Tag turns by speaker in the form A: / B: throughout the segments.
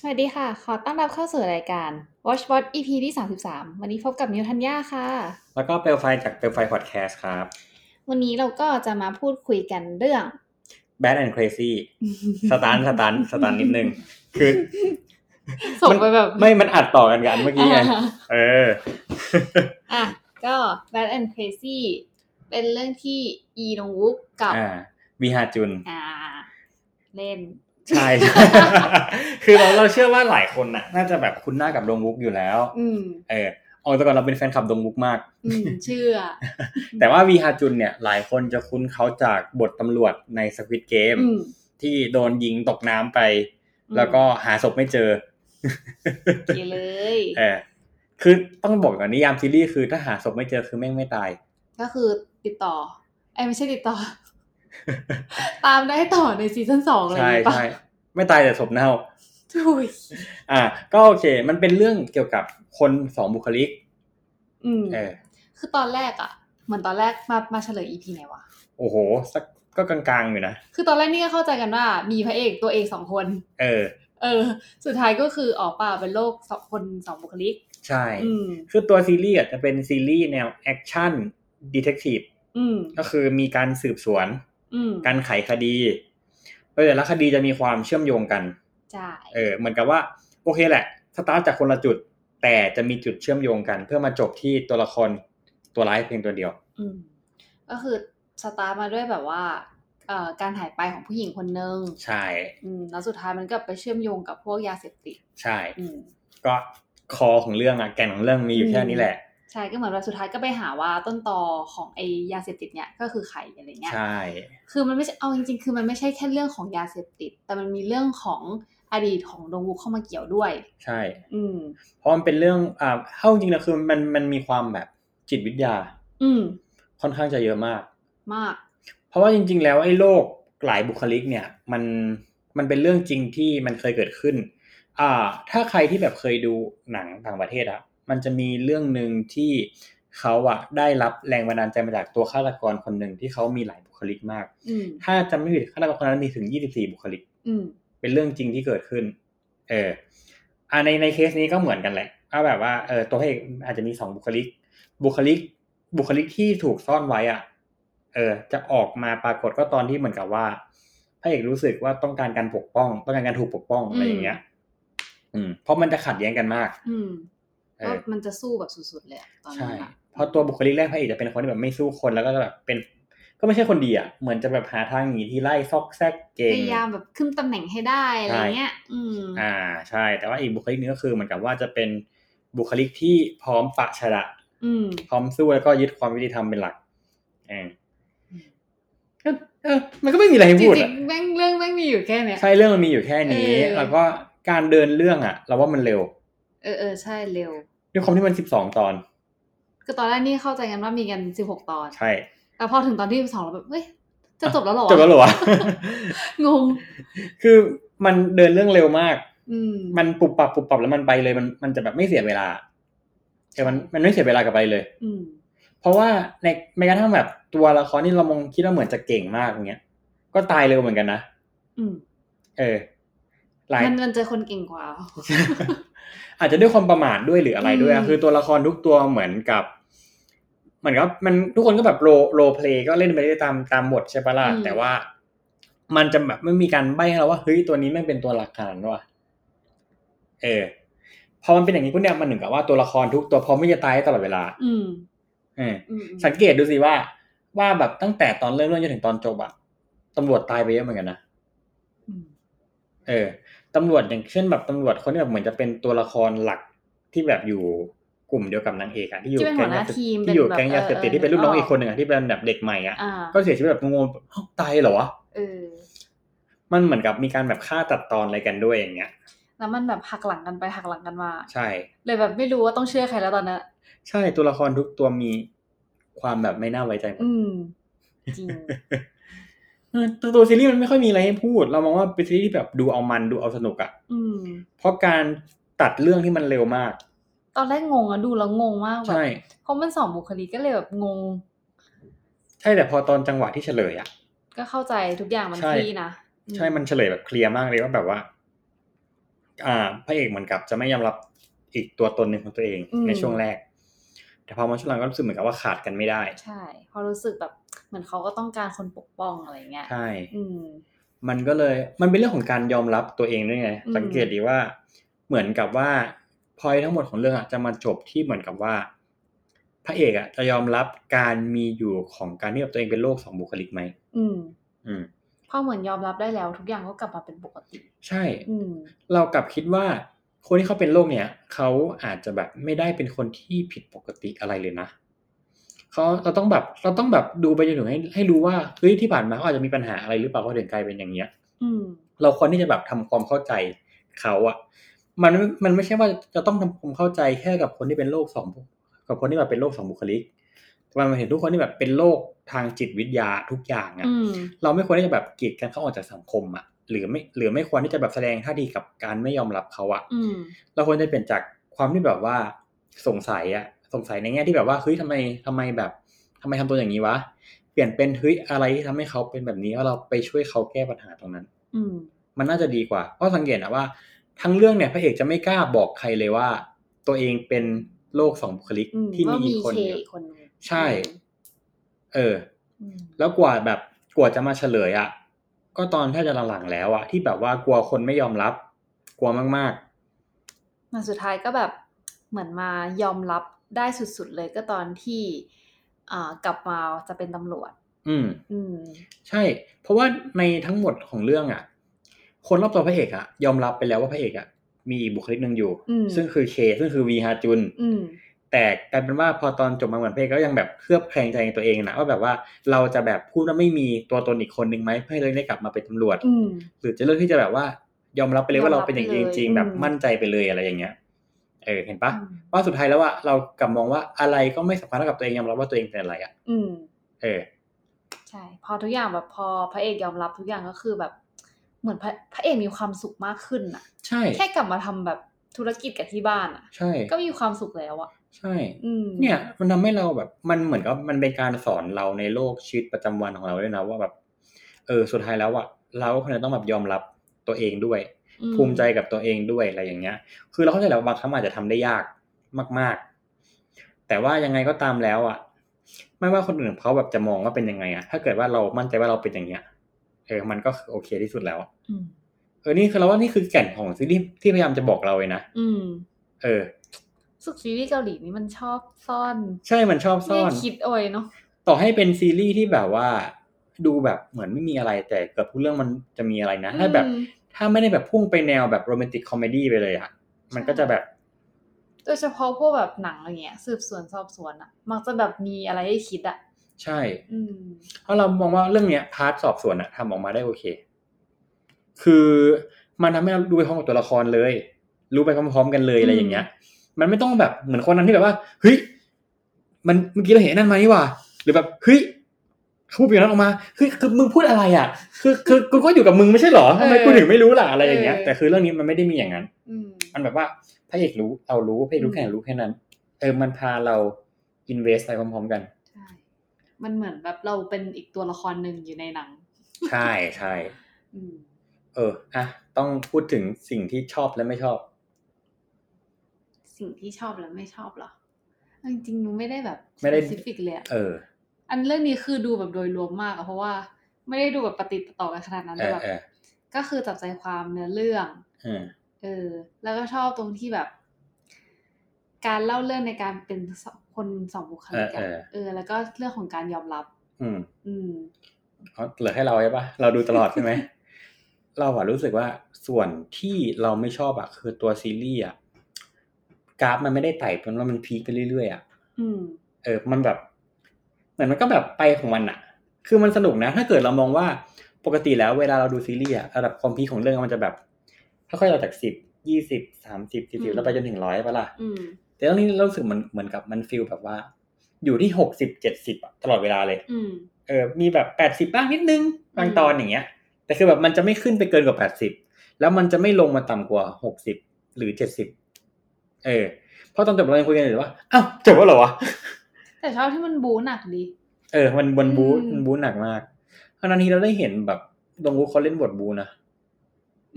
A: สวัสดีค่ะ ขอต้อนรับเข้าสู่รายการ Watch What EP ที่ 33 วันนี้พบกับนิวทัญญาค่ะ
B: แล้วก็เปลวไฟจากเปลวไฟพอดแคสต์ครับ
A: วันนี้เราก็จะมาพูดคุยกันเรื่อง
B: Bad and Crazy สตันสตันสตันนิดนึง คือ
A: ส่งไปแบบ
B: ไม่มันอัดต่อกันกันเมื่อกี้ไง
A: อ่า
B: เออ
A: อ่ะ ก็ Bad and Crazy เป็นเรื่องที่อีดงวุกกับ
B: อ่าวีฮาจุน
A: อ่า เล่น
B: ใช่ คือเราเราเชื่อว่าหลายคนน่ะ น่าจะแบบคุ้นหน้ากับดงวุกอยู่แล้ว
A: อืม
B: เออออกแต่ก่อนเราเป็นแฟนคลับดงวุกมาก
A: อืม เชื่อ
B: แต่ว่าวีฮาจุนเนี่ย หลายคนจะคุ้นเขาจากบทตำรวจในสควิตเกม
A: อืม
B: ที่โดนยิงตกน้ำไป แล้วก็หาศพไม่เจอ
A: เกเลย
B: เออคือต้องบอกก่อนนิยามซีรีส์คือถ้าหาศพไม่เจอคือแม่งไม่ตาย
A: ก็คือติดต่อ ไอ้ยไม่ใช่ติดต่อ ตามได้ต่อในซีซั่นสองอะไรอ
B: ใช่
A: ย่างงี้ปะ
B: ใช่ไม่ตายแต่ศพเน่า
A: ถุย
B: อ่ะก็โอเค มันเป็นเรื่องเกี่ยวกับคนสองบุคลิก
A: อืม
B: เออ
A: คือตอนแรกอะเหมือนตอนแรกมามาเฉลยอีพีไหนวะ
B: โอ้โห สักก็กลางๆอยู่นะ
A: คือตอนแรกนี่ก็เข้าใจกันว่ามีพระเอกตัวเอกสองคน
B: เออ
A: เออ สุดท้ายก็คือออกเปล่าเป็นโรคสองคนสองบุคลิก
B: ใช่
A: อืม
B: คือตัวซีรีส์อ่ะจะเป็นซีรีส์แนวแอคชั่นดีเทคทีฟ
A: อืม
B: ก็คือมีการสืบสวน
A: อืม
B: การไขคดีโดยแต่ละคดีจะมีความเชื่อมโยงกัน
A: ใช่
B: เออ เหมือนกับว่า โอเคแหละ สตาร์ทจากคนละจุด แต่จะมีจุดเชื่อมโยงกัน เพื่อมาจบที่ตัวละครตัวร้ายเพียงตัวเดียว
A: อืม ก็คือสตาร์ทมาด้วยแบบว่าเอ่อการหายไปของผู้หญิงคนนึง
B: ใช่
A: อืม แล้วสุดท้ายมันก็ไปเชื่อมโยงกับพวกยาเสพติด
B: ใช่
A: อืม
B: ก็คอของเรื่องอะแก่นของเรื่องมีอยู่แค่นี้แหละ
A: ใช่ก็เหมือนว่าสุดท้ายก็ไปหาว่าต้นตอของไอยาเสพติดเนี่ยก็คือใครอะไรเงี้ย
B: ใช่
A: คือมันไม่ใช่เอาจริงๆ คือมันไม่ใช่แค่เรื่องของยาเสพติด แต่มันมีเรื่องของอดีตของดงวุกเข้ามาเกี่ยวด้วย
B: ใช่
A: อืม
B: เพราะมันเป็นเรื่องอ่าเข้าจริงๆนะคือมันมันมีความแบบจิตวิทยา
A: อืม
B: ค่อนข้างจะเยอะมาก
A: มาก
B: เพราะว่าจริง ๆ แล้วไอ้โรคหลายบุคลิกเนี่ย มันมันเป็นเรื่องจริงที่มันเคยเกิดขึ้น อ่า ถ้าใครที่แบบเคยดูหนังต่างประเทศอะมันจะมีเรื่องหนึ่งที่เขาอะได้รับแรงบันดาลใจมาจากตัวฆาตกรคนหนึ่งที่เขามีหลายบุคลิกมาก
A: อืม
B: ถ้าจำไม่ผิดฆาตกรคนนั้นมีถึง 24 บุคลิก
A: อืม
B: เป็นเรื่องจริงที่เกิดขึ้น เอออ่าในในเคสนี้ก็เหมือนกันแหละเอาแบบว่า เออ ตัวพระเอกอาจจะมีสองบุคลิก บุคลิก บุคลิกที่ถูกซ่อนไว้อ่ะ เออ จะออกมาปรากฏก็ตอนที่เหมือนกับว่าพระเอกรู้สึกว่าต้องการการปกป้อง ต้องการการถูกปกป้องอะไรอย่างเงี้ย อืม เพราะมันจะขัดแย้งกันมาก
A: อืม
B: เอ
A: ก็
B: อ
A: มันจะสู้แบบสุดๆเลยอะตอนนั้
B: ใช่
A: นอะ
B: เพราะตัวบุคลิกแรกพระเอกจะเป็นคนที่แบบไม่สู้คนแล้วก็จะแบบเป็น ก็ไม่ใช่คนดีอ่ะ เหมือนจะแบบหาทางหนีที่ไล่ซอกแซกเก่
A: พ
B: ง
A: ยายามแบบขึ้นตำแหน่งให้ได้อะไรเงี้ย อืม
B: อ่าใช่ แต่ว่าอีกบุคลิกหนึงก็คือเหมือนกับว่าจะเป็นบุคลิกที่พร้อมปะชระ
A: อืม
B: พร้อมสู้แล้วก็ยึดความยุติธรรมเป็นหลักเออก็เออมันก็ไม่มีอะไรให้
A: จ
B: พูด
A: ริ
B: อะ
A: งๆแม่งเรื่องแม่งมีอยู่แค่เนี้ย
B: ใช่เรื่องมันมีอยู่แค่นี้
A: เออ
B: แล้วก็การเดินเรื่องอ่ะ เราว่ามันเร็ว
A: เออเออใช่เร็ว
B: ด้วยความที่มันสิบสองตอน
A: คือตอนแรกนี่เข้าใจกันว่ามีกันสิบหกตอน
B: ใช่
A: แต่พอถึงตอนที่สิบสองเราแบบ เฮ้ย จะจบแล้วเหรอ
B: จบแล้วเหรอวะ
A: งง
B: คือมันเดินเรื่องเร็วมาก
A: อืม
B: มันปุบปับปุบปับแล้วมันไปเลยมันมันจะแบบไม่เสียเวลาแต่มันมันไม่เสียเวลากับไปเลย
A: อืม
B: เพราะว่าในแม้กระทั่งแบบตัวละครที่เรามองคิดว่าเหมือนจะเก่งมากอย่างเงี้ย ก็ตายเร็วเหมือนกันนะ
A: อืม
B: เออ หลาย
A: มันมันเจอคนเก่งกว่า
B: อาจจะด้วยความประมาทด้วยหรืออะไรด้วยอะ
A: อืม
B: คือตัวละครทุกตัวเหมือนกับเหมือนกับมันทุกคนก็แบบโรโรเพลก็เล่นไปได้ตามตามบทใช่ปะล่ะ
A: อืม
B: แต่ว่า มันจะแบบไม่มีการใบ้ให้เราว่าเฮ้ยตัวนี้ไม่งเป็นตัวหลักขนาดนั้นว่ะเออ พอมันเป็นอย่างนี้ปุ๊บเนี่ยมันเหมือนกับว่าตัวละครทุกตัวพร้อมที่จะตายตลอดเวลา
A: อืม
B: เออ
A: อืมอืม
B: สังเกตดูสิว่า ว่าแบบตั้งแต่ตอนเริ่มเรื่องจนถึงตอนจบอะตำรวจตายไปเยอะเหมือนกันนะ
A: อืม
B: เออตำรวจอย่างเช่นแบบตำรวจคนที่แบบเหมือนจะเป็นตัวละครหลักที่แบบอยู่กลุ่มเดียวกับนางเอกอะที่อยู่
A: ที่เป็นหัวห
B: แก๊
A: น้าย
B: งาเสพ
A: ทีม
B: ที่อยู่
A: แบบ
B: แก๊งยาเสพติดที่เป็นลูกน้องอีกคนหนึ่งอะที่เป็นแบบเด็กใหม่อะ
A: อ่า
B: ก็เสียชีวิตแบบงงๆเอ้าตายเหรอวะ
A: เออ
B: มันเหมือนกับมีการแบบฆ่าตัดตอนอะไรกันด้วยอย่างเงี้ย
A: แล้วมันแบบหักหลังกันไปหักหลังกันมา
B: ใช่
A: เลยแบบไม่รู้ว่าต้องเชื่อใครแล้วตอนนั้น
B: ใช่ตัวละครทุกตัวมีความแบบไม่น่าไว้ใจหมด
A: อืม จริง
B: เออตัวตัวซีรีส์มันไม่ค่อยมีอะไรให้พูด เรามองว่าเป็นซีรีส์ที่แบบดูเอามันดูเอาสนุกอะ
A: อืม
B: เพราะการตัดเรื่องที่มันเร็วมาก
A: ตอนแรกงงอะดูแล้วงงมากแบบ
B: ใช่
A: เพราะมันสองบุคลิกก็เลยแบบงง
B: ใช่แต่พอตอนจังหวะที่เฉลยอ่ะ
A: ก็เข้าใจทุกอย่างมัน
B: ใช่
A: คลี่นะอื
B: ใช่มันเฉลยแบบเคลียร์มากเลยว่าแบบว่า อ่าพระเอกเหมือนกับจะไม่ยอมรับอีกตัวตนหนึ่งของตัวเอง
A: อืม
B: ในช่วงแรก แต่พอมาช่วงหลังก็รู้สึกเหมือนกับว่าขาดกันไม่ได้
A: ใช่เพอรู้สึกแบบเหมือนเขาก็ต้องการคนปกป้องอะไรเงี้ย
B: ใช่
A: อืม
B: มันก็เลยมันเป็นเรื่องของการยอมรับตัวเองด้วยไง
A: อืม
B: สังเกตดีว่าเหมือนกับว่าพอยทั้งหมดของเรื่องอะจะมาจบที่เหมือนกับว่า พระเอกอะจะยอมรับการมีอยู่ของการที่แบบตัวเองเป็นโรคสองบุคลิกไหม
A: อืม
B: อืม
A: พอเหมือนยอมรับได้แล้ว ทุกอย่างก็กลับมาเป็นปกติ
B: ใช่
A: อืม
B: เรากลับคิดว่าคนที่เขาเป็นโรคเนี่ยเขาอาจจะแบบไม่ได้เป็นคนที่ผิดปกติอะไรเลยนะเขาเราต้องแบบเราต้องแบบดูไปจนถึงให้ให้รู้ว่าเฮ้ยที่ผ่านมาเขาอาจจะมีปัญหาอะไรหรือเปล่าเขาถึงกลายเป็นอย่างเนี้ย
A: อืม
B: เราควรที่จะแบบทำความเข้าใจเขาอะมันมันไม่ใช่ว่าจะต้องทำความเข้าใจแค่กับคนที่เป็นโรคสองกับคนที่แบบเป็นโรคสองบุคลิกแต่มันเห็นทุกคนที่แบบเป็นโรคทางจิตวิทยาทุกอย่างอะ
A: อืม
B: เราไม่ควรที่จะแบบกีดกันเขาออกจากสังคมอะหรือไม่หรือไม่ควรที่จะแบบแสดงท่าทีกับการไม่ยอมรับเขาอะ
A: อืม
B: เราควรจะเปลี่ยนจากความที่แบบว่าสงสัยอะสงสัยในแง่ที่แบบว่าเฮ้ยทำไมทำไมแบบทำไมทำตัวอย่างนี้วะเปลี่ยนเป็นเฮ้ยอะไรที่ทำให้เขาเป็นแบบนี้แล้วเราไปช่วยเขาแก้ปัญหาตรงนั้น
A: อืม
B: มันน่าจะดีกว่า เพราะสังเกตนะว่า ทั้งเรื่องเนี่ยพระเอกจะไม่กล้าบอกใครเลยว่า ตัวเองเป็นโรคสองบุคลิก
A: อืม
B: ที่
A: ว่า
B: มี
A: มี
B: อีกคน
A: เค
B: เดียว
A: อีกคนหนึ่ง
B: ใช่ เออ
A: อืม
B: แล้วกว่าแบบกว่าจะมาเฉลยอะ่ะ ก็ตอนถ้าจะหลังๆแล้วอะ่ะ ที่แบบว่ากลัวคนไม่ยอมรับ กลัวมาก
A: มาสุดท้ายก็แบบเหมือนมายอมรับได้สุดๆเลยก็ตอนที่อ่ากลับมาจะเป็นตำรวจ
B: ๆ อืม
A: อืม
B: ใช่ เพราะว่าในทั้งหมดของเรื่องอะ่ะ คนรอบตัวพระเอกอะ่ะ ยอมรับไปแล้วว่าพระเอกอะ่ะ มีอีกบุคลิกหนึ่งอยู่
A: อืม
B: ซึ่งคือเคซึ่งคือวีฮาจุน
A: อืม
B: แต่กลายเป็นว่าพอตอนจบมาเหมือนเพลงก็ยังแบบเคลือบแคลงใจในตัวเองนะว่าแบบว่าเราจะแบบพูดว่าไม่มีตัวตนอีกคนหนึ่งไหมเพื่อให้เราได้กลับมาเป็นตำรวจ
A: อืม
B: หรือจะเลือกที่จะแบบว่า ยอมรับไปเลยว่าเราเป็นอย่างนี้จริงๆ
A: ยอมรับไปเลย
B: แบบ
A: อืม
B: มั่นใจไปเลยอะไรอย่างเงี้ย เออเห็นปะ
A: อืม
B: ว่าสุดท้ายแล้วว่าเรากลับมองว่าอะไรก็ไม่สำคัญเท่ากับตัวเองยอมรับว่าตัวเองเป็นอะไรอ่ะ
A: อืม
B: เออ
A: ใช่ พอทุกอย่างแบบพอพระเอกยอมรับทุกอย่างก็คือแบบ เหมือนพระพระเอกมีความสุขมากขึ้นอ่ะ
B: ใช่
A: แค่กลับมาทำแบบธุรกิจกับที่บ้านอ่ะ
B: ใช่
A: ก็มีความสุขแล้วอ่ะ
B: ใช่
A: อืม
B: เนี่ยมันทำให้เราแบบ มันเหมือนกับมันเป็นการสอนเราในโลกชีวิตประจำวันของเราด้วยนะว่าแบบ เออสุดท้ายแล้วอ่ะเราก็ควรจะต้องแบบยอมรับตัวเองด้วย
A: อื
B: ภูมิใจกับตัวเองด้วยอะไรอย่างเงี้ย คือเราเข้าใจแหล้วาบางครั้งมันอาจจะทำได้ยากมาก ๆ แต่ว่ายังไงก็ตามแล้วอ่ะ ไม่ว่าคนอื่นเขาแบบจะมองว่าเป็นยังไงอ่ะ ถ้าเกิดว่าเรามั่นใจว่าเราเป็นอย่างเงี้ย เออ มันก็คือโอเคที่สุดแล้วอะ
A: อืม
B: เออ นี่คือเราว่านี่คือแก่นของซีรีส์ที่พยายามจะบอกเราเลยนะ
A: อืม
B: เออ
A: สุกซีรีส์เกาหลีนี่มันชอบซ่อน
B: ใช่ มันชอบซ่อน
A: ไม่คิดโอยเนาะ
B: ต่อให้เป็นซีรีส์ที่แบบว่า ดูแบบเหมือนไม่มีอะไรแต่เกือบทุกเรื่องมันจะมีอะไรนะ ถ้าแบบ
A: อืม
B: ถ้าไม่ได้แบบพุ่งไปแนวแบบโรแมนติกคอมเมดี้ไปเลยอ่ะ มันก็จะแบบ
A: โดยเฉพาะพวกแบบหนังอะไรเงี้ยสืบสวนสอบสวนอะมักจะแบบมีอะไรให้คิดอะ
B: ใช่
A: อืม
B: เพราะเรามองว่าเรื่องเนี้ยพาร์ทสอบสวนอะทำออกมาได้โอเค คือมันทำให้เราดูไปพร้อมกับตัวละครเลย รู้ไปพร้อมๆกันเลยอะไรอย่างเงี้ย มันไม่ต้องแบบเหมือนคนนั้นที่แบบว่าเฮ้ยมันเมื่อกี้เราเห็นนั่นมานี่หว่า หรือแบบเฮ้ยเขาพูดอย่างนั้นออกมาคือคือมึงพูดอะไรอ่ะ คือคือกูก็อยู่กับมึงไม่ใช่เหรอทำไมกูถึงไม่รู้ล่ะอะไรอย่างเงี้ย
A: เออ
B: แต่คือเรื่องนี้มันไม่ได้มีอย่างนั้น
A: อืม
B: มันแบบว่าพระเอกรู้เรารู้พระเอกรู้แค่ไหนรู้แค่นั้นเออมันพาเราอินเวสไปพร้อมๆกัน
A: ใช่ มันเหมือนแบบเราเป็นอีกตัวละครหนึ่งอยู่ในหนัง
B: ใช่ใช่
A: อืม
B: เออ อ่ะ ต้องพูดถึงสิ่งที่ชอบและไม่ชอบ
A: สิ่งที่ชอบและไม่ชอบเหรอเอาจริงๆหนูไม่ได้แบบ
B: ไม่ได้
A: ซิฟิกเลยอะ
B: เออ
A: อันเรื่องนี้คือดูแบบโดยรวมมากอะเพราะว่าไม่ได้ดูแบบปฏิดปะต่อกันขนาดนั้น
B: เอ
A: แต่
B: อ
A: แบบ
B: เออ
A: ก็คือจับใจความเนื้อเรื่อง
B: เออ
A: เออ แล้วก็ชอบตรงที่แบบ การเล่าเรื่องในการเป็นสองคนสองบุคลิกอะ
B: เออเออ
A: เออ แล้วก็เรื่องของการยอมรับ
B: อืม
A: อืม
B: เอาเหลือให้เราใช่ปะเราดูตลอด ใช่ไหม เราอะรู้สึกว่าส่วนที่เราไม่ชอบอะคือตัวซีรีส์อะกราฟมันไม่ได้ไต่เป็นว่ามันพีคไปเรื่อยๆอะ
A: อืม
B: เออ มันแบบ เหมือนมันก็แบบไปของมันอะคือมันสนุกนะ ถ้าเกิดเรามองว่าปกติแล้วเวลาเราดูซีรีส์อะระดับความพีคของเรื่องมันจะแบบค่อยๆเราจากสิบยี่สิบสามสิบสี่สิบแล้วไปจนถึงร้อยปะล่ะ
A: อืม
B: แต่เรื่องนี้เรารู้สึกเหมันเหมือนกับมันฟิลแบบว่า อยู่ที่หกสิบเจ็ดสิบตลอดเวลาเลย
A: อืม
B: เออมีแบบแปดสิบบ้างนิดนึงบางตอนอย่างเงี้ย แต่คือแบบมันจะไม่ขึ้นไปเกินกว่าแปดสิบแล้วมันจะไม่ลงมาต่ำกว่าหกสิบหรือเจ็ดสิบเออเพราะตอนจบเรายังคุยกันอยู่เลยว่าอ้าวจบแล้วเหรอวะ
A: แต่ชอบที่มันบู๊หนักดี
B: เออมันบนบู
A: อืม
B: มันบูหนักมากเพราะนั้นทีเราได้เห็นแบบดงวูเขาเล่นบทบูนะ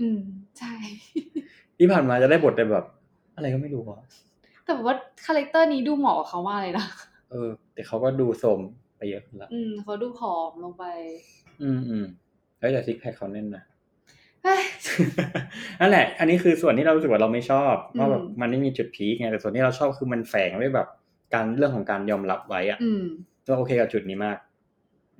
A: อืม ใช่
B: ที่ผ่านมาจะได้บทแต่แบบ อะไรก็ไม่รู้อะ
A: แต่ว่าคาแรคเตอร์นี้ดูเหมาะกับเขามากเลยนะ
B: เออ แต่เขาก็ดูโสมไปเยอะละ
A: อืมเขาดูผอมลงไป
B: อืมอืมแล้วแต่ซิกแพคเขาแน่นนะ
A: เฮ้ย
B: นั่นแหละ อันนี้คือส่วนที่เรารู้สึกว่าเราไม่ชอบ
A: อืม
B: ว่าแบบมันไม่มีจุดพีคไงแต่ส่วนที่เราชอบคือมันแฝงด้วยแบบการเรื่องของการยอมรับไว้อะ
A: อืม
B: เราโอเคกับจุดนี้มาก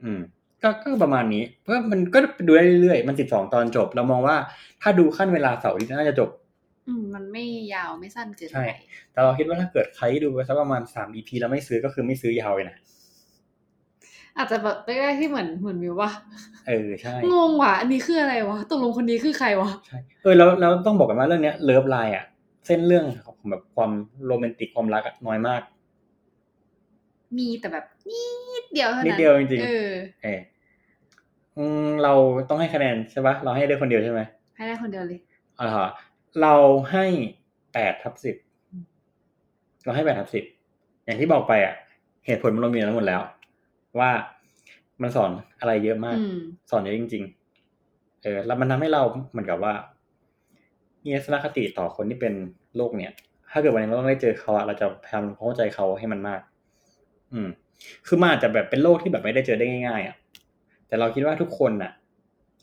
B: อืม ก็ก็ประมาณนี้ เพราะมันก็ดูได้เรื่อยๆ มันสิบสองตอนจบ เรามองว่าถ้าดูขั้นเวลาเสาร์ที่น่าจะจบ
A: อืม มันไม่ยาวไม่สั้นเกิน
B: ใช่
A: ไป
B: แต่เราคิดว่าถ้าเกิดใครดูไปสักประมาณสาม EP แล้วไม่ซื้อก็คือไม่ซื้อยาวเลยนะ
A: อาจจะแบบแรกๆที่เหมือนเหมือนมิวว่า
B: เออใช่
A: งงว่ะ อันนี้คืออะไรวะตกลงคนนี้คือใครวะ
B: ใช่เออแล้วแล้วต้องบอกกันว่าเรื่องเนี้ยเลิฟไลน์อ่ะ เส้นเรื่องของแบบความโรแมนติกความรักอะน้อยมาก
A: มีแต่แบบนิดเดียวเท่านั้น
B: นิดเดียวจริงๆ
A: เออ
B: เอออืมเราต้องให้คะแนนใช่ปะเราให้ได้คนเดียวใช่ไหม
A: ให้ได้คนเดียวเลย
B: อ่าฮะเราให้แปดทับสิบเราให้แปดทับสิบอย่างที่บอกไปอ่ะ เหตุผลมันเรามีแล้วหมดแล้ว ว่ามันสอนอะไรเยอะมาก
A: อืม
B: สอนเยอะจริง ๆ เออ แล้วมันทำให้เราเหมือนกับว่ามีทัศนคติต่อคนที่เป็นโรคเนี่ย ถ้าเกิดวันหนี้เราไม่เจอเขาอะเราจะพยายามเข้าใจเขาให้มันมาก อืม คือมันอาจจะแบบเป็นโรคที่แบบไม่ได้เจอได้ง่ายๆอะแต่เราคิดว่าทุกคนน่ะ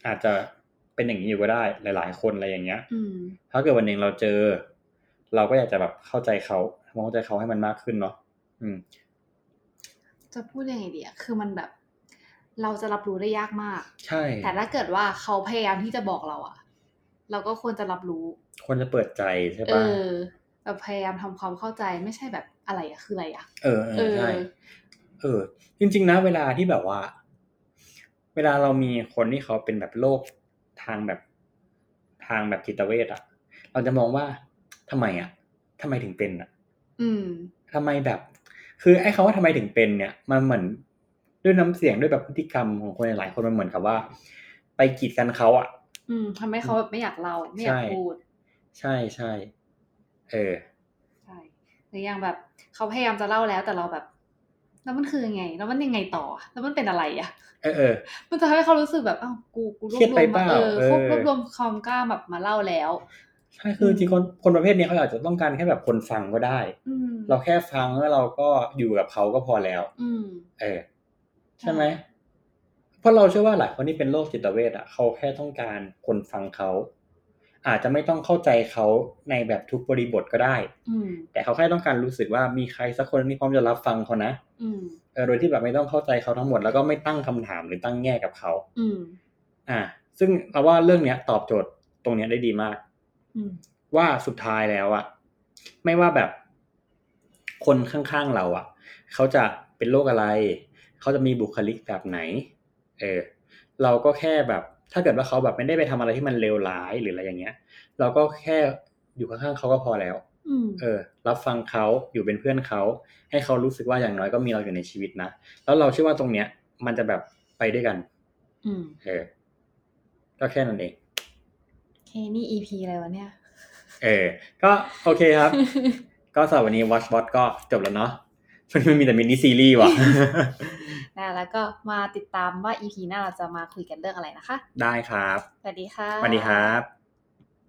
B: อาจจะเป็นอย่างนี้อยู่ก็ได้ หลาย ๆ คนอะไรอย่างเงี้ย
A: อืม
B: ถ้าเกิดวันหนึ่งเราเจอ เราก็อยากจะแบบเข้าใจเขามองเข้าใจเขาให้มันมากขึ้นเนาะอืม
A: จะพูดยังไงดีอะคือมันแบบ เราจะรับรู้ได้ยากมาก
B: ใช่
A: แต่ถ้าเกิดว่าเขาพยายามที่จะบอกเราอะเราก็ควรจะรับรู้
B: คนจะเปิดใจใช่
A: เอ
B: ปะ
A: อแบบพยายามทำความเข้าใจไม่ใช่แบบอะไรอะคืออะไรอะ
B: เออเอ
A: เอ
B: อ
A: อ
B: ใช่ เออจริงๆนะเวลาที่แบบว่า เวลาเรามีคนที่เขาเป็นแบบโรคทางแบบทางแบบจิตเวชอะเราจะมองว่าทำไมอะทำไมถึงเป็นอะ
A: อืม
B: ทำไมแบบ คือไอ้คำว่าทำไมถึงเป็นเนี่ย มันเหมือนด้วยน้ำเสียงด้วยแบบพฤติกรรมของคนหลายๆคนมันเหมือนกับว่า ไปกีดกันเขาอะ
A: อืมทำให้เขาแบบไม่อยากเล่าไม่อยาก
B: ใช่
A: พูด
B: ใช่ใช่เออ
A: ใช่หรืออย่างแบบเขาพยายามจะเล่าแล้วแต่เราแบบ แล้วมันคือยังไง แล้วมันยังไงต่ออะแล้วมันเป็นอะไรอะ
B: เออเออ
A: มันจะทำให้เขารู้สึกแบบอ้าวกูกูรว
B: เครีย
A: บ
B: ด
A: ร
B: ไป
A: วม
B: เป
A: มาเอ
B: ล่า
A: อ
B: เออ
A: เขารวบรวมความกล้าแบบมาเล่าแล้ว
B: ใช่คือ
A: อื
B: จ
A: ม
B: ริงๆคนคนประเภทเนี้ยเขาอาจจะต้องการแค่แบบคนฟังก็ได้
A: อืม
B: เราแค่ฟังแล้วเราก็อยู่กับเขาก็พอแล้ว
A: อืม
B: เออ ใช่ไหม เพราะเราเชื่อว่าหลายคนที่เป็นโรคจิตเวชอ่ะ เขาแค่ต้องการคนฟังเขา อาจจะไม่ต้องเข้าใจเขาในแบบทุกบริบทก็ได้
A: อืม
B: แต่เขาแค่ต้องการรู้สึกว่ามีใครสักคนที่พร้อมจะรับฟังเขานะ
A: อืม
B: เออโดยที่แบบไม่ต้องเข้าใจเขาทั้งหมดแล้วก็ไม่ตั้งคำถามหรือตั้งแง่กับเขา
A: อืม
B: อ่า ซึ่งเราว่าเรื่องเนี้ยตอบโจทย์ตรงเนี้ยได้ดีมาก
A: อืม
B: ว่าสุดท้ายแล้วอะไม่ว่าแบบ คนข้างๆเราอะเขาจะเป็นโรคอะไร เขาจะมีบุคลิกแบบไหน เออ เราก็แค่แบบ ถ้าเกิดว่าเขาแบบไม่ได้ไปทำอะไรที่มันเลวร้ายหรืออะไรอย่างเงี้ย เราก็แค่อยู่ข้างๆเขาก็พอแล้ว
A: อืม
B: เออ รับฟังเขาอยู่เป็นเพื่อนเขา ให้เขารู้สึกว่าอย่างน้อยก็มีเราอยู่ในชีวิตนะแล้วเราเชื่อว่าตรงเนี้ย มันจะแบบไปด้วยกัน
A: อืม
B: เออ ก็แค่นั้นเอง
A: เคนี่ EP อะไรวะเนี่ย
B: เออ ก็โอเคครับ ก็สำหรับวันนี้ Watch Bot ก็จบแล้วเนาะ ช่วงนี้มันมีแต่มินิซีรีส์ว่ะ
A: นะแล้วก็มาติดตามว่า EP หน้าเราจะมาคุยกันเรื่องอะไรนะคะ
B: ได้ครับ
A: สวัสดีค่ะ
B: สวัสดีครับ